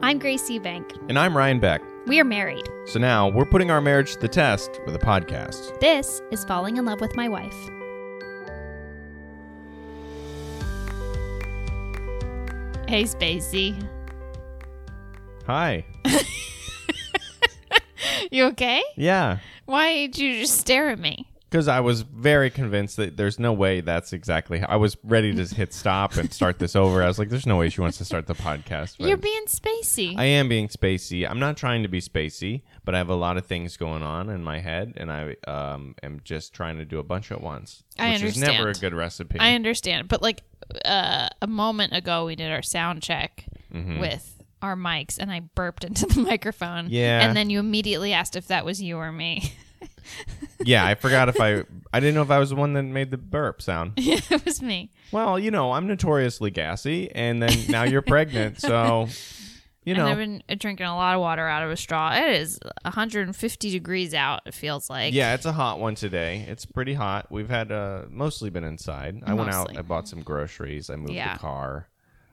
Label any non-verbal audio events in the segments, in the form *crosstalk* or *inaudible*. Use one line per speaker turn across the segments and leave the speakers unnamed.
I'm Grace Eubank.
And I'm Ryan Beck.
We are married.
So now we're putting our marriage to the test with a podcast.
This is Falling in Love with My Wife. Hey, Spacey.
Hi.
You okay?
Yeah.
Why did you just stare at me?
Because I was very convinced that there's no way that's exactly how I was ready to hit stop and
*laughs*
start this over. I was like, there's no way she wants to start the podcast. but-
You're being spacey.
I am being spacey. I'm not trying to be spacey, but I have a lot of things going on in my head, and I um, am just trying to do a bunch at once,
I
which is never a
understand.
good recipe.
I understand, but like uh, a moment ago, we did our sound check with our mics, and I burped into the *laughs* microphone.
Yeah.
and then you immediately asked if that was you or me. *laughs*
yeah, I forgot if I I didn't know if I was the one that made the burp sound.
yeah, it was me.
Well, you know, I'm notoriously gassy, and then now you're pregnant,
*laughs*
so you
and I've
know,
been uh, drinking a lot of water out of a straw. It is 150 degrees out. It feels like.
yeah, it's a hot one today. It's pretty hot. We've had uh, mostly been inside. I went out.
Mostly.
I bought some groceries. I moved
Yeah.
the car.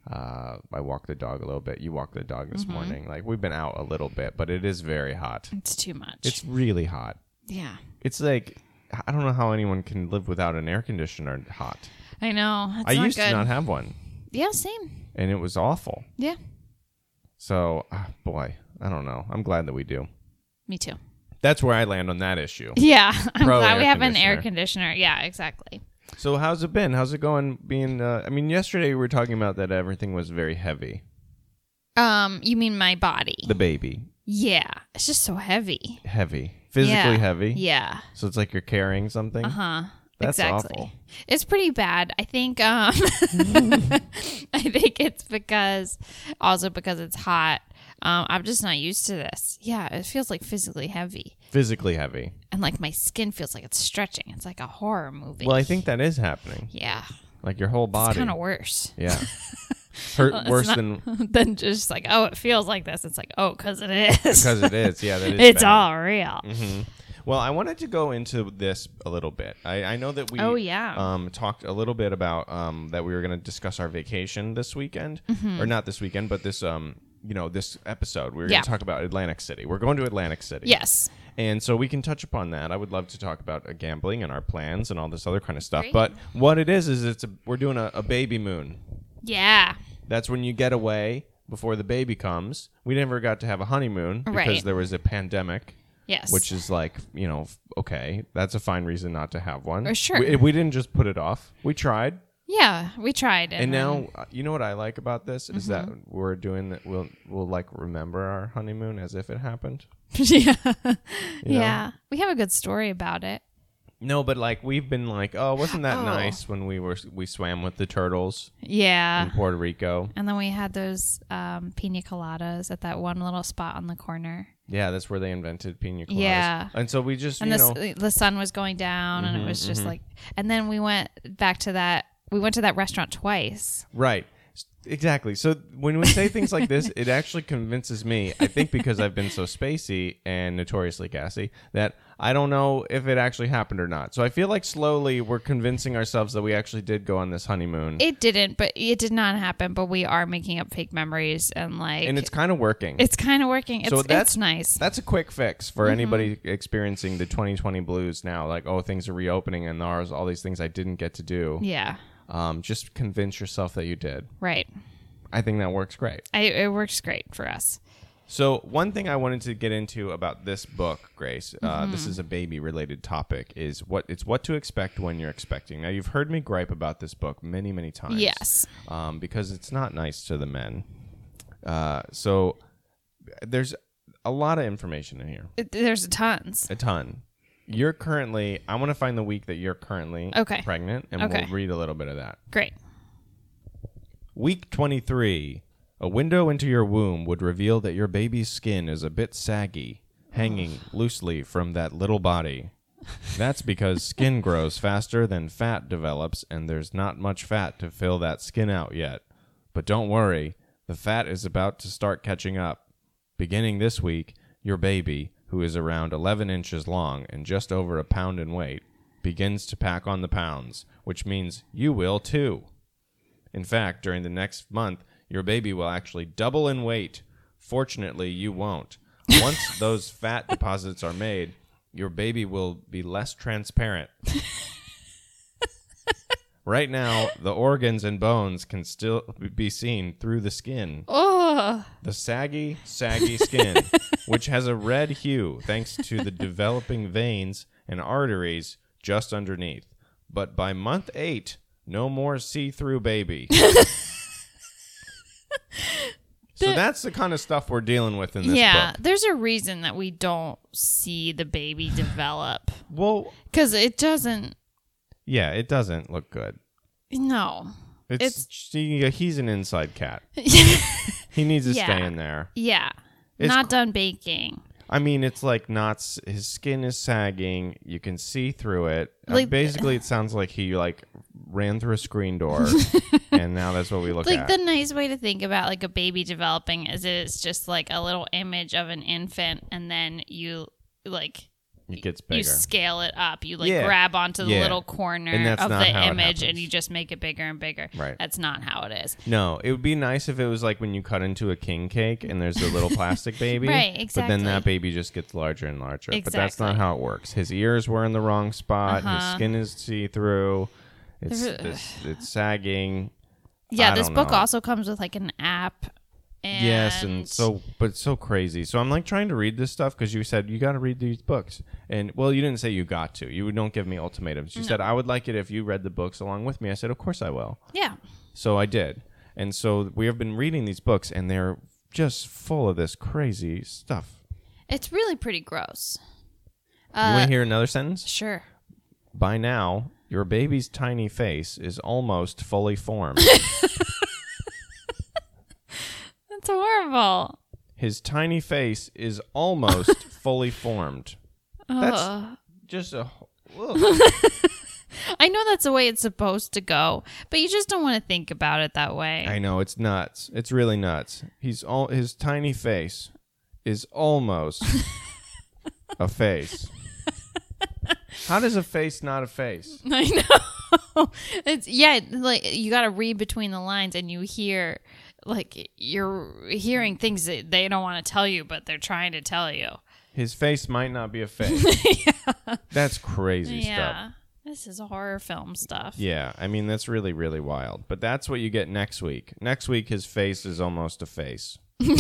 Uh, I walked the dog a little bit. You walked the dog
Mm-hmm.
this morning. Like we've been out a little bit, but it is very hot.
it's too much.
It's really hot.
yeah,
It's like I don't know how anyone can live without an air conditioner hot.
I know. It's
I
not
used
good.
to not have one,
yeah, same.
and it was awful.
Yeah,
So, ah, boy, I don't know. I'm glad that we do.
me too.
That's where I land on that issue.
Yeah, *laughs* I'm
Pro
glad we
air
have an air conditioner. Yeah, exactly.
So, how's it been? How's it going? Being, uh, I mean, yesterday we were talking about that everything was very heavy.
Um, you mean my body?
The baby,
yeah, it's just so heavy.
heavy, physically
Yeah.
heavy.
Yeah.
So it's like you're carrying something.
Uh huh.
That's
exactly.
awful.
It's pretty bad. I think. Um, *laughs* I think it's because, also because it's hot. Um, I'm just not used to this. Yeah, it feels like physically heavy,
Physically heavy.
and like my skin feels like it's stretching. It's like a horror movie.
Well, I think that is happening.
Yeah,
Like your whole
it's
body.
kind of worse *laughs*
yeah. Hurt
it's
worse
not-
than
than just like oh, it feels like this. It's like oh, because it is.
because it is. Yeah,
*laughs*
that is.
it's
bad. Mm-hmm.
all real.
Well, I wanted to go into this a little bit. I, I know that we
Oh, yeah.
um, talked a little bit about um, that we were going to discuss our vacation this weekend,
Mm-hmm.
or not this weekend, but this um, you know this episode we were
Yeah.
going to talk about Atlantic City. We're going to Atlantic City,
Yes.
and so we can touch upon that. I would love to talk about uh, gambling and our plans and all this other kind of stuff.
Great.
But what it is is it's a, we're doing a, a baby moon.
Yeah.
That's when you get away before the baby comes. We never got to have a honeymoon because
Right.
there was a pandemic
Yes.
which is like you know f- okay that's a fine reason not to have one
Uh, sure.
we, we didn't just put it off we tried
yeah, we tried,
and
then-
now uh, you know what i like about this is that
Mm-hmm.
we're doing that we'll we'll like remember our honeymoon as if it happened
*laughs* yeah.
know?
Yeah. We have a good story about it.
no but like we've been like oh wasn't that
Oh.
nice when we were we swam with the turtles in
Yeah.
puerto rico
And then we had those um, pina coladas at that one little spot on the corner.
yeah that's where they invented pina coladas
Yeah.
and so we just
And
you
the,
know Mm-hmm,
s the sun was going down, and it was just like. And then we went back to that. We went to that restaurant twice.
Right. S- Exactly. So when we say things like this, it actually convinces me, I think because I've been so spacey and notoriously gassy, that I don't know if it actually happened or not. So I feel like slowly we're convincing ourselves that we actually did go on this honeymoon.
It didn't, but it did not happen. But we are making up fake memories, and like
and
it's, Mm-hmm.
it's kind of working.
kind of working. It's,
So that's-
it's nice.
That's a quick fix for anybody experiencing the 2020 blues now. Like, oh, things are reopening and there's all these things I didn't get to do.
yeah,
Um, just convince yourself that you did.
right.
I think that works great.
I, it works great for us.
So one thing I wanted to get into about this book, Grace, uh,
Mm-hmm.
this is a baby-related topic, is what it's what to expect when you're expecting. Now you've heard me gripe about this book many, many times.
Yes.
um, because it's not nice to the men. Uh, so there's a lot of information in here,
It- there's tons.
a ton. You're currently. I want to find the week that you're currently
Okay.
pregnant, and
Okay.
we'll read a little bit of that.
Great.
Week 23. A window into your womb would reveal that your baby's skin is a bit saggy, hanging loosely from that little body. That's because skin grows faster than fat develops, and there's not much fat to fill that skin out yet. But don't worry, the fat is about to start catching up. Beginning this week, your baby, who is around 11 inches long and just over a pound in weight, begins to pack on the pounds, which means you will too. In fact, during the next month, your baby will actually double in weight Fortunately, you won't. Once those fat deposits are made, your baby will be less transparent. right now, the organs and bones can still be seen through the skin.
Oh,
The saggy, saggy skin, which has a red hue thanks to the developing veins and arteries just underneath. But by month eight, no more see through baby. so that's the kind of stuff we're dealing with in this
yeah.
book.
There's a reason that we don't see the baby develop
Well,
because it doesn't.
yeah, it doesn't look good.
No.
It's, he- he's an inside cat. he needs to
Yeah.
stay in there.
Yeah.
It's
Not done baking.
I mean, it's like not s- his skin is sagging. You can see through it. Uh,
Like- *sighs*
Basically, it sounds like he like ran through a
*laughs*
screen door, and now that's what we look
Like
at.
the nice way to think about like a baby developing is it's just like a little image of an infant and then you like
it gets
you
bigger.
scale it up. You like
Yeah.
grab onto the
Yeah.
little corner
And that's
of
not
the
how it
image and
happens.
you just make it bigger and bigger.
Right.
That's not how it is.
no, it would be nice if it was like when you cut into a king cake and there's a
*laughs*
little plastic baby.
Right,
But then
exactly.
that baby just gets larger and larger. But that's not
Exactly.
how it works. His ears were in the wrong spot. His
Uh-huh.
skin is see through. It's,
There's a-
it's it's sagging.
Yeah,
I
this
don't
book
know.
also comes with like an app. And
Yes, and so but it's so crazy. So I'm like trying to read this stuff because you said you got to read these books, and well, you didn't say you got to. You don't give me ultimatums. You said I would like it if you read the books along with me. I said, of course I will.
yeah,
So I did, and so we have been reading these books, and they're just full of this crazy stuff.
it's really pretty gross.
you
Uh,
want to hear another sentence?
sure.
By now, your baby's tiny face is almost fully formed.
That's horrible.
His tiny face is almost fully formed. That's
Ugh.
just a.
I know that's the way it's supposed to go, but you just don't want to think about it that way.
I know it's nuts. It's really nuts. He's all his tiny face is
*laughs*
almost a face. How does a face not a face?
*laughs* I know. It's yeah, like you got to read between the lines, and you hear like you're hearing things that they don't want to tell you, but they're trying to tell you.
His face might
*laughs*
not be a face. That's crazy stuff.
Yeah, this is horror film stuff.
Yeah, I mean that's really really wild. But that's what you get next week. Next week his face is almost a face.
*laughs*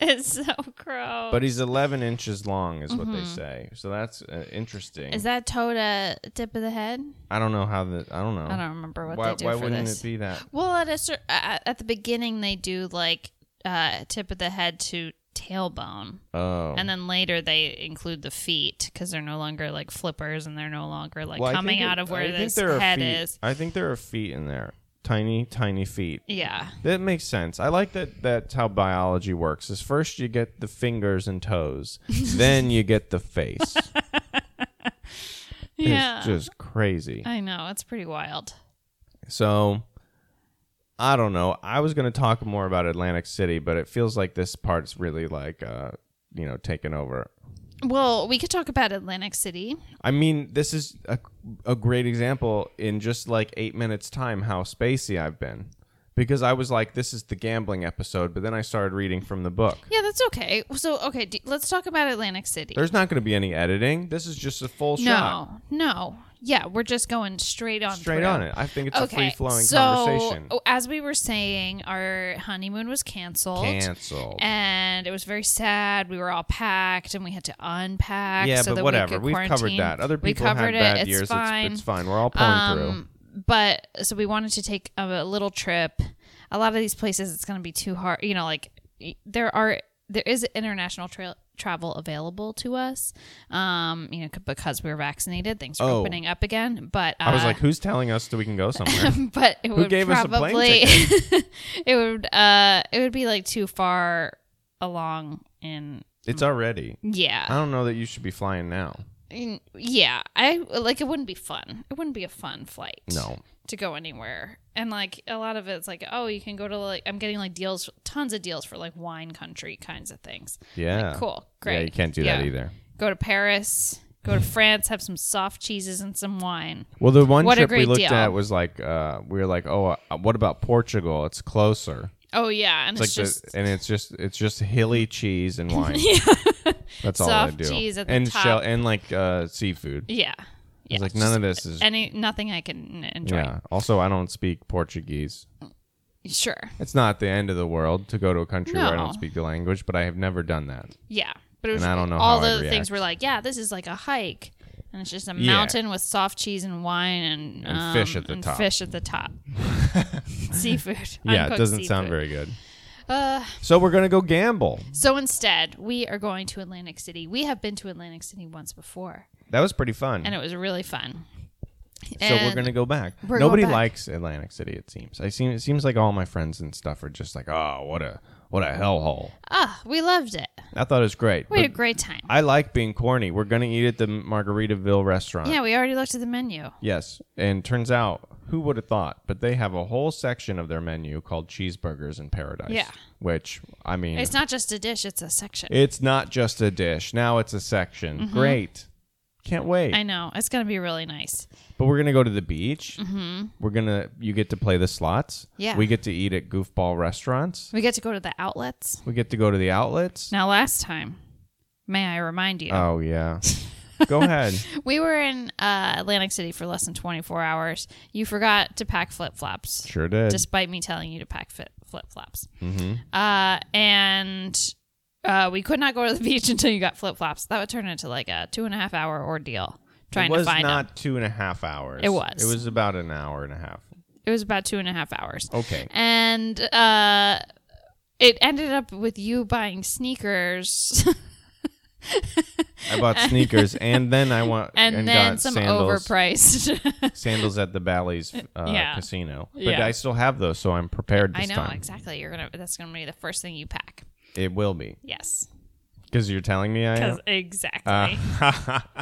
It's so gross.
But he's 11 inches long is what they say. So that's uh, interesting.
Mm-hmm. is that Toda tip of the head?
I don't know how the I don't know.
I don't remember what
why
they do
why
for
wouldn't
this.
it be that?
Well, at a cer- at at the beginning they do like uh, tip of the head to tailbone,
Oh.
and then later they include the feet because they're no longer like flippers and they're no longer like
Well, I
coming
think it-
out of where
I think
this
there are
head
feet.
is.
I think there are feet in there. Tiny, tiny feet.
Yeah,
That makes sense. I like that that's how biology works. Is first you get the fingers
*laughs*
and toes, then you get the face.
yeah.
It's just crazy.
I know it's pretty wild.
So I don't know. I was going to talk more about Atlantic City, but it feels like this part's really like uh, you know, taken over.
Well, we could talk about Atlantic City.
I mean, this is a, a great example in just like eight minutes' time how spacey I've been. Because I was like, this is the gambling episode, but then I started reading from the book.
Yeah, that's okay. So, okay, d- let's talk about Atlantic City.
There's not going to be any editing. This is just a full
no,
shot.
no. Yeah, we're just going straight on.
Straight
through.
on it. I think it's a free flowing
so,
conversation.
oh, As we were saying, our honeymoon was canceled.
Canceled.
And it was very sad. We were all packed and we had to unpack.
yeah,
so that we
but whatever.
could
We have covered
quarantine.
that. Other
we
people
covered
had bad
it. It's
years.
Fine.
It's, it's fine. We're all pulling through.
Um, But so we wanted to take a, a little trip. A lot of these places, it's going to be too hard. You know, like y- there are there is international trail travel available to us. Um, you know, c- because we were vaccinated, things are
Oh.
opening up again. But uh,
I was like, who's telling us that we can
*laughs*
go somewhere?
but it would
gave us a plane
probably *laughs* it would uh it would be like too far along in
it's already. I
yeah
don't know that you should be flying now.
In- yeah I like it wouldn't be fun it wouldn't be a fun flight
No.
to go anywhere and like a lot of it's like oh you can go to like I'm getting like deals tons of deals for like wine country kinds of things
Yeah.
cool great
Yeah, you can't do
Yeah.
that either.
go to Paris go to
*laughs*
France have some soft cheeses and some wine
Well, the one
What a
trip we
great
looked
deal.
at was like uh, we were like, oh, uh, what about Portugal? It's closer.
Oh yeah, and
It's
it's,
like
just
the, and it's just it's just hilly
*laughs*
cheese and wine. That's all I
Soft
do.
cheese at the
and shell
top.
and like uh, seafood.
yeah, yeah.
it's like
just
none of this is
any nothing I can enjoy.
yeah. Also, I don't speak Portuguese.
Sure,
It's not the end of the world to go to a country where I
No.
don't speak the language, but I have never done that.
yeah, but it was
And I don't know
all
how I'd
the
react.
things were like yeah, this is like a hike, and it's just a
Yeah.
mountain with soft cheese and wine and,
And fish
um,
at the
and
top.
Fish at the
*laughs*
top. seafood.
Yeah, it
uncooked
doesn't sound
seafood.
very good.
Uh,
So we're gonna go gamble.
so instead, we are going to Atlantic City. We have been to Atlantic City once before,
That was pretty fun.
and it was really fun.
Hmm. so we're
And-
gonna go back.
We're going
Nobody
back.
likes Atlantic City. It seems. I seem. It seems like all my friends and stuff are just like, oh, what a what a hellhole.
ah, we loved it.
I thought it was great.
We had a
but
great time.
I like being corny. We're gonna eat at the Margaritaville restaurant.
yeah, we already looked at the menu.
Yes, and turns out, who would have thought? But they have a whole section of their menu called cheeseburgers in paradise.
Yeah.
Which I mean,
It's not just a dish; it's a section.
It's not just a dish. Now it's a section. Great. Can't wait.
Mm-hmm. I know it's gonna be really nice.
but we're gonna go to the beach. Mm-hmm. We're gonna. You get to play the slots.
Yeah.
We get to eat at goofball restaurants.
We get to go to the outlets
We get to go to the outlets.
now. Last time, may I remind you, *laughs*
Oh yeah. go ahead.
we were in uh, Atlantic City for less than twenty four hours. You forgot to pack flip flops,
Sure did. Mm-hmm.
despite me telling you to pack fit flip flops. Uh, and uh, we could not go to the *laughs* beach until you got flip flops. That would turn into like a two and a half hour ordeal trying
it was
to find
not
them.
two and a half hours.
It was.
It was about an hour and a half.
It was about two and a half hours.
Okay.
and uh, it ended up with you buying sneakers *laughs*
I bought sneakers and then I went
and, then
got
some
sandals,
overpriced. *laughs*
sandals at the Bally's uh,
Yeah.
casino. But
Yeah.
I still have those, so I'm prepared this
I know
time.
exactly. You're gonna. That's gonna be the first thing you pack.
It will be
Yes.
because you're telling me I am.
'Cause-
*laughs*
exactly.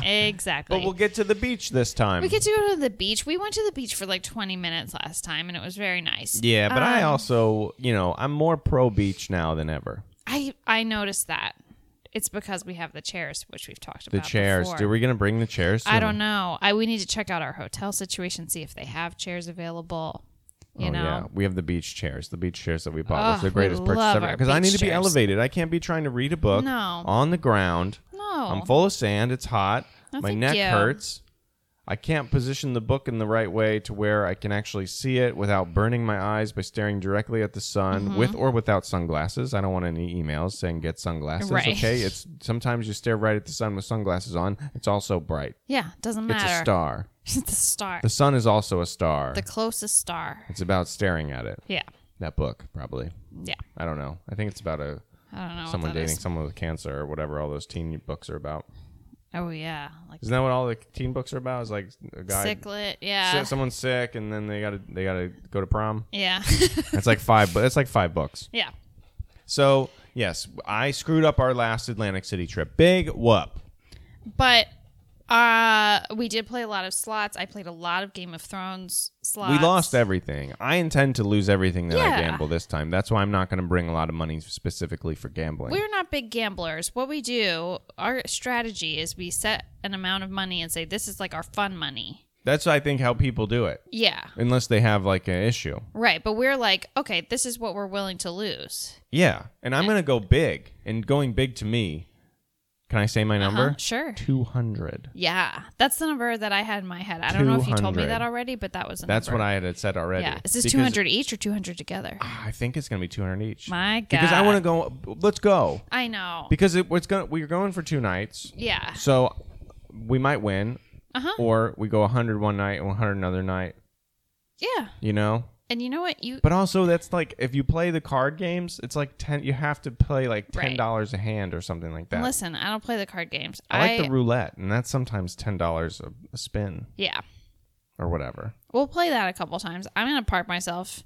exactly.
But we'll get to the beach this time.
we get to go to the beach. We went to the beach for like 20 minutes last time, and it was very nice.
yeah, but I
Um,
also, you know, I'm more pro beach now than ever.
I I noticed that. It's because we have the chairs, which we've talked
The
about.
chairs.
before.
Are we gonna bring the chairs? To
I don't know. I we need to check out our hotel situation, see if they have chairs available. You
oh,
know,
yeah, we have the beach chairs. The beach chairs that we bought was
Ugh,
the
we
greatest purchase
love
ever.
our
Because I
beach
need to be
chairs.
elevated. I can't be trying to read a book
No.
on the ground.
no,
I'm full of sand. It's hot.
No,
My
thank
neck
you.
hurts. I can't position the book in the right way to where I can actually see it without burning my eyes by staring directly at the sun
Mm-hmm.
with or without sunglasses. I don't want any emails saying get sunglasses,
Right. *laughs*
okay? It's sometimes you stare right at the sun with sunglasses on. It's also bright.
yeah, doesn't matter.
It's a star.
*laughs* the star,
The sun is also a star.
the closest star.
it's about staring at it.
Yeah,
That book probably.
yeah.
I don't know. I think it's about a
I don't know. what
someone
that
dating
is.
someone with cancer or whatever all those teen books are about.
Oh yeah, like
Isn't that what all the teen books are about? Is like a guy
sicklet.
Si-
Yeah,
someone's sick and then they gotta they gotta go to prom.
yeah, *laughs*
It's like five, but it's like five books.
yeah.
So yes, I screwed up our last Atlantic City trip. Big whoop.
But uh, we did play a lot of slots. I played a lot of Game of Thrones slots.
We lost everything. I intend to lose everything that I
Yeah.
gamble this time. That's why I'm not going to bring a lot of money specifically for gambling.
We're not big gamblers. What we do, our strategy is we set an amount of money and say this is like our fun money.
That's I think how people do it,
Yeah.
unless they have like an issue.
Right, but we're like, okay, this is what we're willing to lose.
Yeah, and I'm going to go big. And going big to me, can I say my number?
Huh? Uh-huh. Sure.
Two hundred.
Yeah, that's the number that I had in my head. I don't know if you told me
200.
that already, but that was the
That's
number.
what I had said already.
Yeah, is this
Because-
two hundred each or two hundred together?
I think it's going to be 200 each.
My
Because I
God.
want to go. Let's go.
I know.
Because it, it's going. We're going for two nights,
yeah,
so we might win,
Uh-huh.
or we go 100 one night and 100 another night.
yeah.
You know.
And you know what? You
But also, that's like if you play the card games, it's like ten. You have to play like
Right.
ten dollars a hand or something like that.
listen. I don't play the card games.
I like the roulette, and that's sometimes ten dollars a a spin
yeah.
or whatever.
We'll play that a couple times. I'm gonna park myself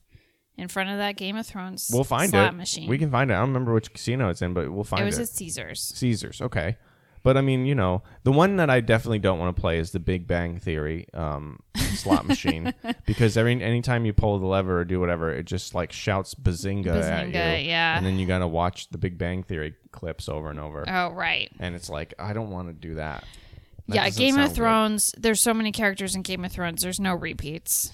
in front of that Game of Thrones.
We'll find
slot
it.
machine.
We can find it. I don't remember which casino it's in, but we'll find
it was
it.
at Caesar's.
Caesars. Okay. But I mean, you know, the one that I definitely don't want to play is the Big Bang Theory um, slot machine
*laughs*
because every anytime you pull the lever or do whatever, it just like shouts bazinga, at
Bazinga,
you,
yeah.
and then you gotta watch the Big Bang Theory clips over and over,
Oh right.
and it's like I don't want to do that. That
yeah,
doesn't
Game
sound
of
good.
Thrones. There's so many characters in Game of Thrones. There's no repeats.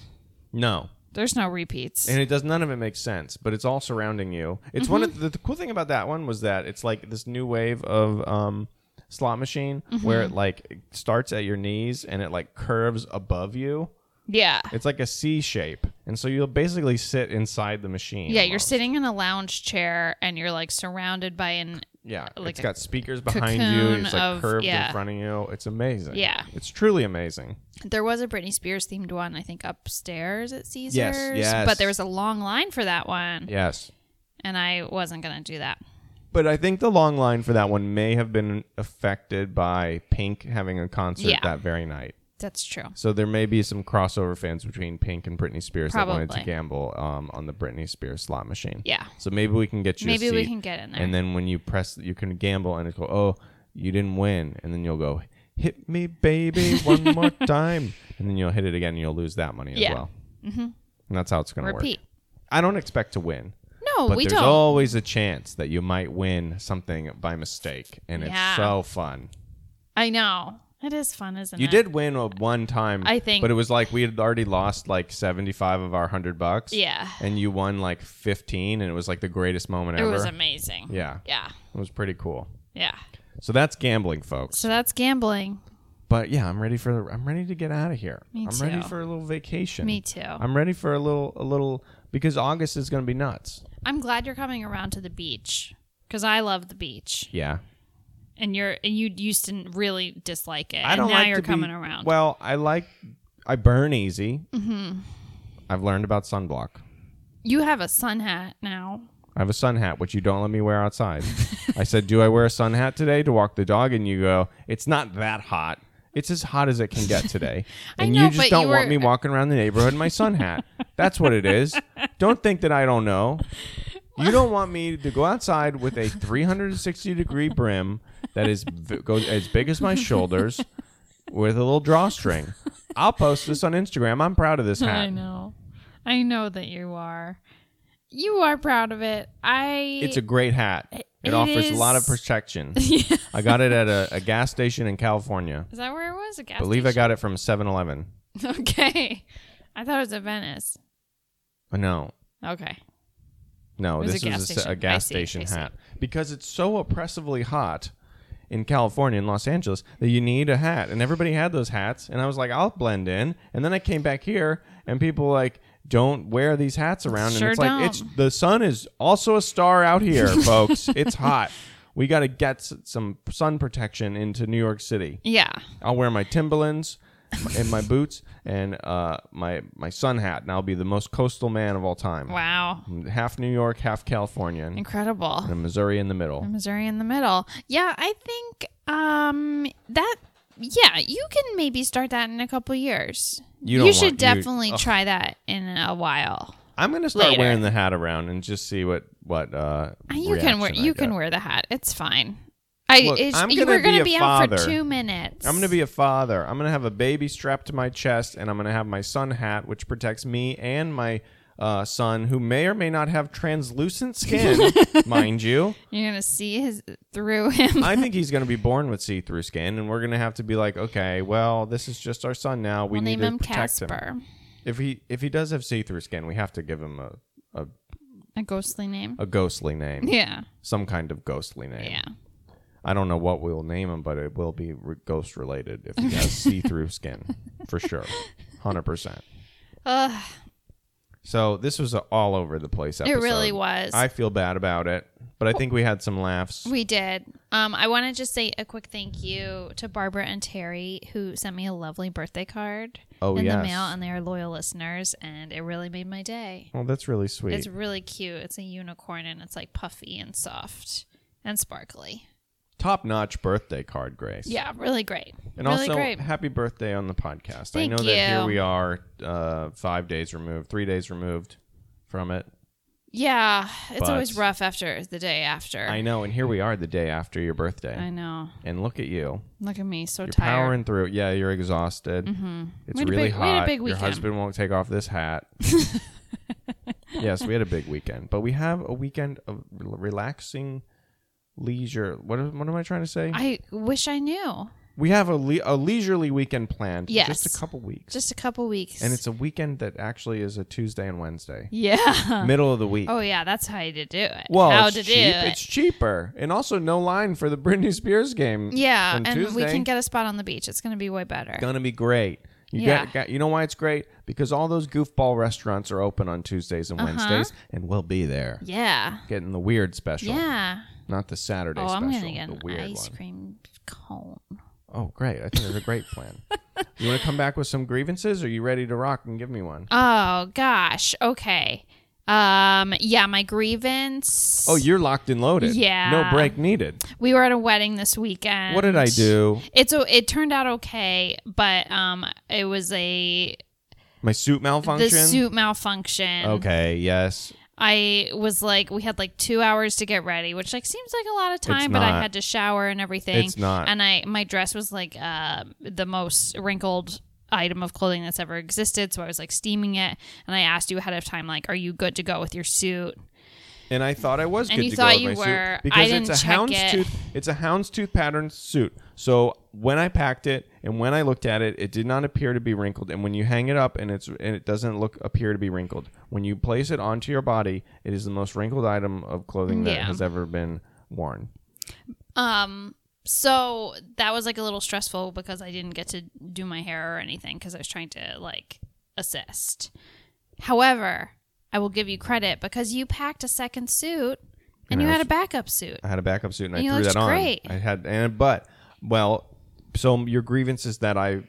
No,
There's no repeats.
and it does none of it makes sense but it's all surrounding you it's one
Mm-hmm.
of the, the cool thing about that one was that it's like this new wave of um slot machine where
Mm-hmm.
it like it starts at your knees and it like curves above you
yeah.
it's like a c shape and so you'll basically sit inside the machine
Yeah, you're
almost.
sitting in a lounge chair and you're like surrounded by an
yeah
like
it's
a
got speakers behind you
cocoon
it's like
of-
curved
yeah.
in front of you it's amazing
Yeah.
it's truly amazing
There was a Britney Spears themed one, I think, upstairs at Caesars.
yes.
But there was a long line for that one,
yes
and I wasn't gonna do that.
But I think the long line for that one may have been affected by Pink having a concert
Yeah.
that very night.
That's true.
So there may be some crossover fans between Pink and Britney Spears that wanted to
Probably.
gamble um, on the Britney Spears slot machine.
Yeah.
So maybe we can get you. a
Maybe we
seat,
can get in there.
And then when you press, you can gamble, and it'll go, "Oh, you didn't win," and then you'll go, "Hit me, baby, one
*laughs*
more time," and then you'll hit it again, and you'll lose that money
Yeah.
as well. Mm-hmm. And that's how it's going to work.
Repeat.
I don't expect to win
No,
but
we
there's
don't.
always a chance that you might win something by mistake, and
Yeah.
it's so fun.
I know. It is fun, isn't
You
it?
did win a one time,
I think-
but it was like we had already lost like seventy five of our hundred bucks.
Yeah.
and you won like fifteen, and it was like the greatest moment
It
ever.
was amazing.
yeah,
Yeah.
it was pretty cool.
Yeah.
So that's gambling, folks.
So that's gambling.
But yeah, I'm ready for I'm ready to get out of here.
Me
I'm ready
too.
for a little vacation.
Me too.
I'm ready for a little a little because August is going to be nuts.
I'm glad you're coming around to the beach because I love the beach,
Yeah.
and you're and you used to really dislike it.
I don't
and now
like
you're
to be-
coming around. Mm-hmm.
Well, I like I burn easy. I've learned about sunblock.
you have a sun hat now. *laughs*
I have a sun hat, which you don't let me wear outside. I said, "Do I wear a sun hat today to walk the dog?" And you go, "It's not that hot. It's as hot as it can get today."
*laughs* I
and
know,
you just
but
don't
you
want
were-
me walking around the neighborhood in my
*laughs*
sun hat. That's what it is. Don't think that I don't know. You don't want me to go outside with a 360 degree brim that is v- goes as big as my shoulders with a little drawstring. I'll post this on Instagram. I'm proud of this
I
hat.
know. I know that you are. You are proud of it. I *laughs*
It's a great hat. It,
It
offers a lot of
is- *laughs*
protection. I got it at a, a gas station in California.
Is that where it was? A gas
I believe I got it from 7 Eleven.
station? *laughs* Okay. I thought it was a Venice.
Uh, No,
Okay.
no,
It was
this
a gas
is a s- a,
station.
gas
I see,
station
I see.
hat. Because it's so oppressively hot in California, in Los Angeles, that you need a hat. And everybody had those hats. And I was like, I'll blend in. And then I came back here, and people were like, don't wear these hats around.
Sure
and it's
don't.
like, it's the sun is also a star out here,
*laughs*
folks. it's hot. We got to get s- some sun protection into New York City.
Yeah.
I'll wear my Timberlands my- and my boots and uh, my my sun hat, and I'll be the most coastal man of all time.
Wow.
I'm half New York, half California, and
Incredible.
and Missouri in the middle.
Missouri in the middle. Yeah, I think um that yeah, you can maybe start that in a couple years.
You
should
don't want- you- oh.
definitely try that in a while.
I'm gonna start
Later. Ah,
wearing the hat around and just see what what. Uh,
You can wear
reaction I
you
get.
can wear the hat. It's fine. I
Look,
it's,
I'm
you
gonna
were going
be
to
a
be, out for
father.
2 minutes.
I'm gonna be a father. I'm gonna have a baby strapped to my chest, and I'm gonna have my sun hat, which protects me and my uh, son, who may or may not have
*laughs*
translucent skin, mind you.
You're going to see his through him.
I think he's going to be born with see-through skin, and we're going to have to be like, okay, well, this is just our son now.
*laughs*
We
we'll name
need to
him
protect
Casper.
him. If he if he does have see-through skin, we have to give him a a,
A ghostly name.
a ghostly name,
*laughs* Yeah.
some kind of ghostly name.
Yeah.
I don't know what we'll name him, but it will be re- ghost related if he has see-through skin for sure, hundred percent.
Ugh,
So this was a all over the place
it
episode.
really was.
I feel bad about it, but I think we had some laughs.
we did. Um, I want to just say a quick thank you to Barbara and Terry who sent me a lovely birthday card
Oh,
in the
yes.
mail, and they are loyal listeners, and it really made my day.
well, that's really sweet.
It's really cute. It's a unicorn, and it's like puffy and soft and sparkly.
Top-notch birthday card, Grace.
Yeah, really great.
And
really
also,
great.
happy birthday on the podcast.
Thank
I know that here
you.
we are, uh, five days removed, three days removed from it.
Yeah, it's
But-
always rough after the day after.
I know, and here we are the day after your birthday.
Er. I know.
and look at you.
Look at me, so
You're
tired.
powering through. it. Yeah, you're exhausted. Mm-hmm. It's
We had a
really
big- we
hot.
had a big
Your
weekend.
husband won't take off
*laughs*
this hat. yes, we had a big weekend, but we have a weekend of relaxing leisure. What, am- what am I trying to say?
I wish I knew.
We have a, le- a leisurely weekend planned. in
Yes.
Just a couple weeks.
Just a couple weeks.
and it's a weekend that actually is a Tuesday and Wednesday.
yeah. *laughs*
Middle of the week.
Oh yeah, that's how you to do it.
Well,
how
it's
to
cheap.
do it.
It's cheaper, and also no line for the *laughs* Britney Spears game.
yeah,
on
and we
Tuesday.
can get a spot on the beach. It's going to be way better.
gonna be great. You
Yeah.
got, got- you know why it's great? Because all those goofball restaurants are open on Tuesdays and Wednesdays, and we'll be there
Uh-huh. yeah.
getting the weird special,
Yeah.
not the Saturday
Oh,
special.
I'm going to get
the
an
weird
ice
one.
cream cone.
Oh, great! I think it's a great
*laughs*
plan. You want to come back with some grievances? Or are you ready to rock and give me one?
Oh gosh. Okay. Um yeah, my grievance.
Oh, you're locked and loaded.
Yeah.
No break needed.
we were at a wedding this weekend.
What did I do?
It's a, it turned out okay, but um it was a
My suit malfunction.
the suit malfunction.
Okay. Yes.
I was like, we had like two hours to get ready, which like seems like a lot of time, but I
not.
had to shower and everything.
It's not.
And I my dress was like uh, the most wrinkled item of clothing that's ever existed, so I was like steaming it. And I asked you ahead of time, like, are you good to go with your suit?
And I thought I was
And
good
you
to
thought
go
you
with my
were.
suit because
I didn't
it's a
check
houndstooth.
it.
It's a houndstooth pattern suit. So when I packed it and when I looked at it, it did not appear to be wrinkled. And when you hang it up and it's and it doesn't look appear to be wrinkled. When you place it onto your body, it is the most wrinkled item of clothing that
Yeah.
has ever been worn.
Um, so that was like a little stressful because I didn't get to do my hair or anything because I was trying to like assist. However, I will give you credit because you packed a second suit and
And I
you had
was-
a backup suit.
I had a backup suit and,
You
I threw
looked
that on.
great.
I had and but well, so your grievance is that I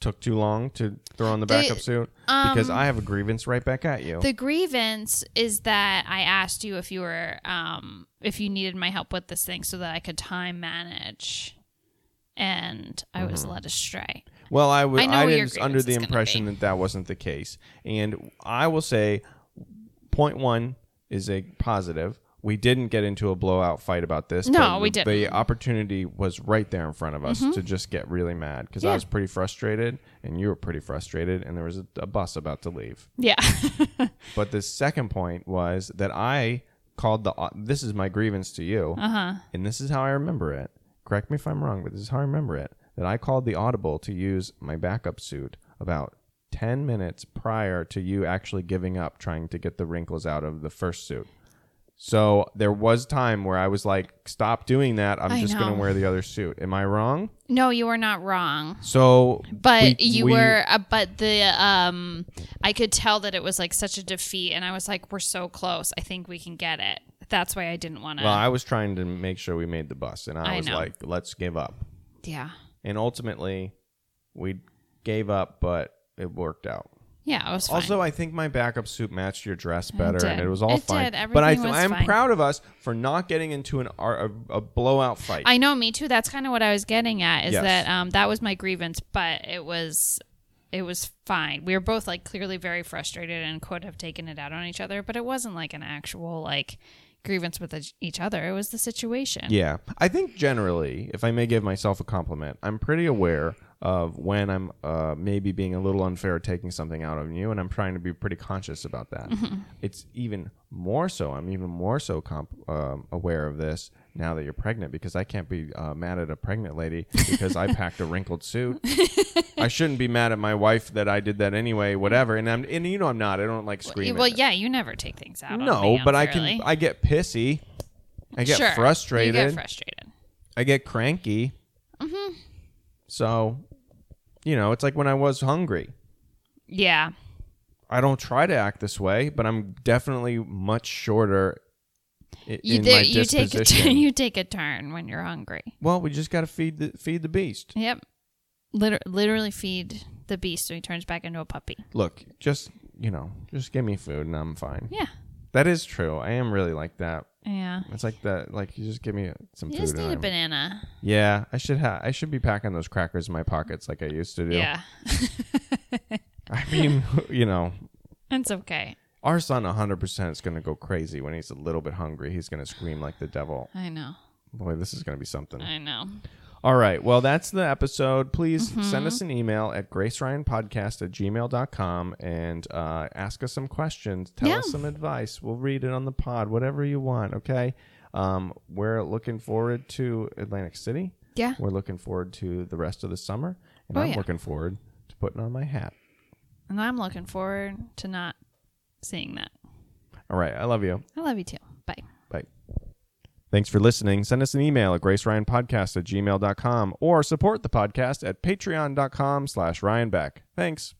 took too long to throw on the backup suit because
um,
I have a grievance right back at you.
The grievance is that I asked you if you were um if you needed my help with this thing so that I could time manage. And I was
Mm-hmm.
led astray.
Well, I was
I know
I
where your
didn't under
grievance
the
is gonna
impression
be.
that that wasn't the case, and I will say, point one is a positive. We didn't get into a blowout fight about this.
No,
but
we
the- The
didn't. Mm-hmm.
opportunity was right there in front of us to just get really mad because I
Yeah.
was pretty frustrated, and you were pretty frustrated, and there was a, a bus about to leave.
Yeah. *laughs*
But the second point was that I called the. This is my grievance to you, uh-huh. and this is how I remember it. Correct me if I'm wrong, but this is how I remember it. That I called the audible to use my backup suit about ten minutes prior to you actually giving up trying to get the wrinkles out of the first suit. So there was time where I was like, "Stop doing that! I'm
I
just going
know.
to wear the other suit." Am I wrong?
no, you were not wrong.
So,
But
we-
you
we-
were, uh, but the, um, I could tell that it was like such a defeat, and I was like, we're so close. I think we can get it. That's why I didn't want to.
Well, I was trying to make sure we made the bus, and I,
I
was
know.
like, "Let's give up."
yeah.
and ultimately we gave up but it worked out
Yeah, it was fine.
also i think my backup suit matched your dress better and
did.
it was all
It
fine
did.
but i
Everything was
i'm
fine.
proud of us for not getting into an ar- a, a blowout fight
I know, me too. That's kind of what I was getting at is
Yes.
that, um, that was my grievance, but it was, it was fine. We were both like clearly very frustrated and could have taken it out on each other, but it wasn't like an actual, like, grievance with each- each other. It was the situation.
yeah i think generally if i may give myself a compliment i'm pretty aware of when i'm uh, maybe being a little unfair or taking something out of you and i'm trying to be pretty conscious about that
Mm-hmm.
it's even more so i'm even more so comp- um, aware of this now that you're pregnant because i can't be uh, mad at a pregnant lady because i packed a wrinkled suit
*laughs*
I shouldn't be mad at my wife that I did that anyway, whatever. And I'm and you know I'm not. I don't like
You-
screaming.
Well, yeah, you never take things out. on
no,
me
but I
unfairly.
can I get pissy. I get
Sure. You
frustrated.
You get frustrated.
I get cranky. Mm-hmm. So, you know, it's like when I was hungry.
Yeah.
I don't try to act this way, but I'm definitely much shorter i-
You,
in
there-
my
you take a *laughs*
disposition.
turn, you take a turn when you're hungry.
well, we just got to feed the feed the beast.
Yep. Liter- literally feed the beast so he turns back into a puppy.
Look, just you know, just give me food and I'm fine.
Yeah.
That is true. I am really like that.
Yeah.
It's like that. Like you just give me some
You
food.
just
and
need a
I'm-
banana.
Yeah, I should have. I should be packing those crackers in my pockets like I used to do.
Yeah.
*laughs* I mean, *laughs* you know,
It's okay.
our son 100 percent is gonna go crazy when he's a little bit hungry. He's gonna scream like the devil.
I know.
Boy, this is gonna be something.
I know.
All right. Well, that's the episode. Please
Mm-hmm.
send us an email at graceryanpodcast at gmail.com and uh, ask us some questions. Tell us
Yeah.
some advice. We'll read it on the pod, whatever you want. Okay. Um, we're looking forward to Atlantic City.
Yeah.
We're looking forward to the rest of the summer, and
Oh,
I'm
yeah.
looking forward to putting on my hat.
And I'm looking forward to not seeing that.
All right, I love you.
I love you too. Bye.
Bye. Thanks for listening. Send us an email at graceryanpodcast at gmail.com or support the podcast at patreon.com slash ryanback. Thanks.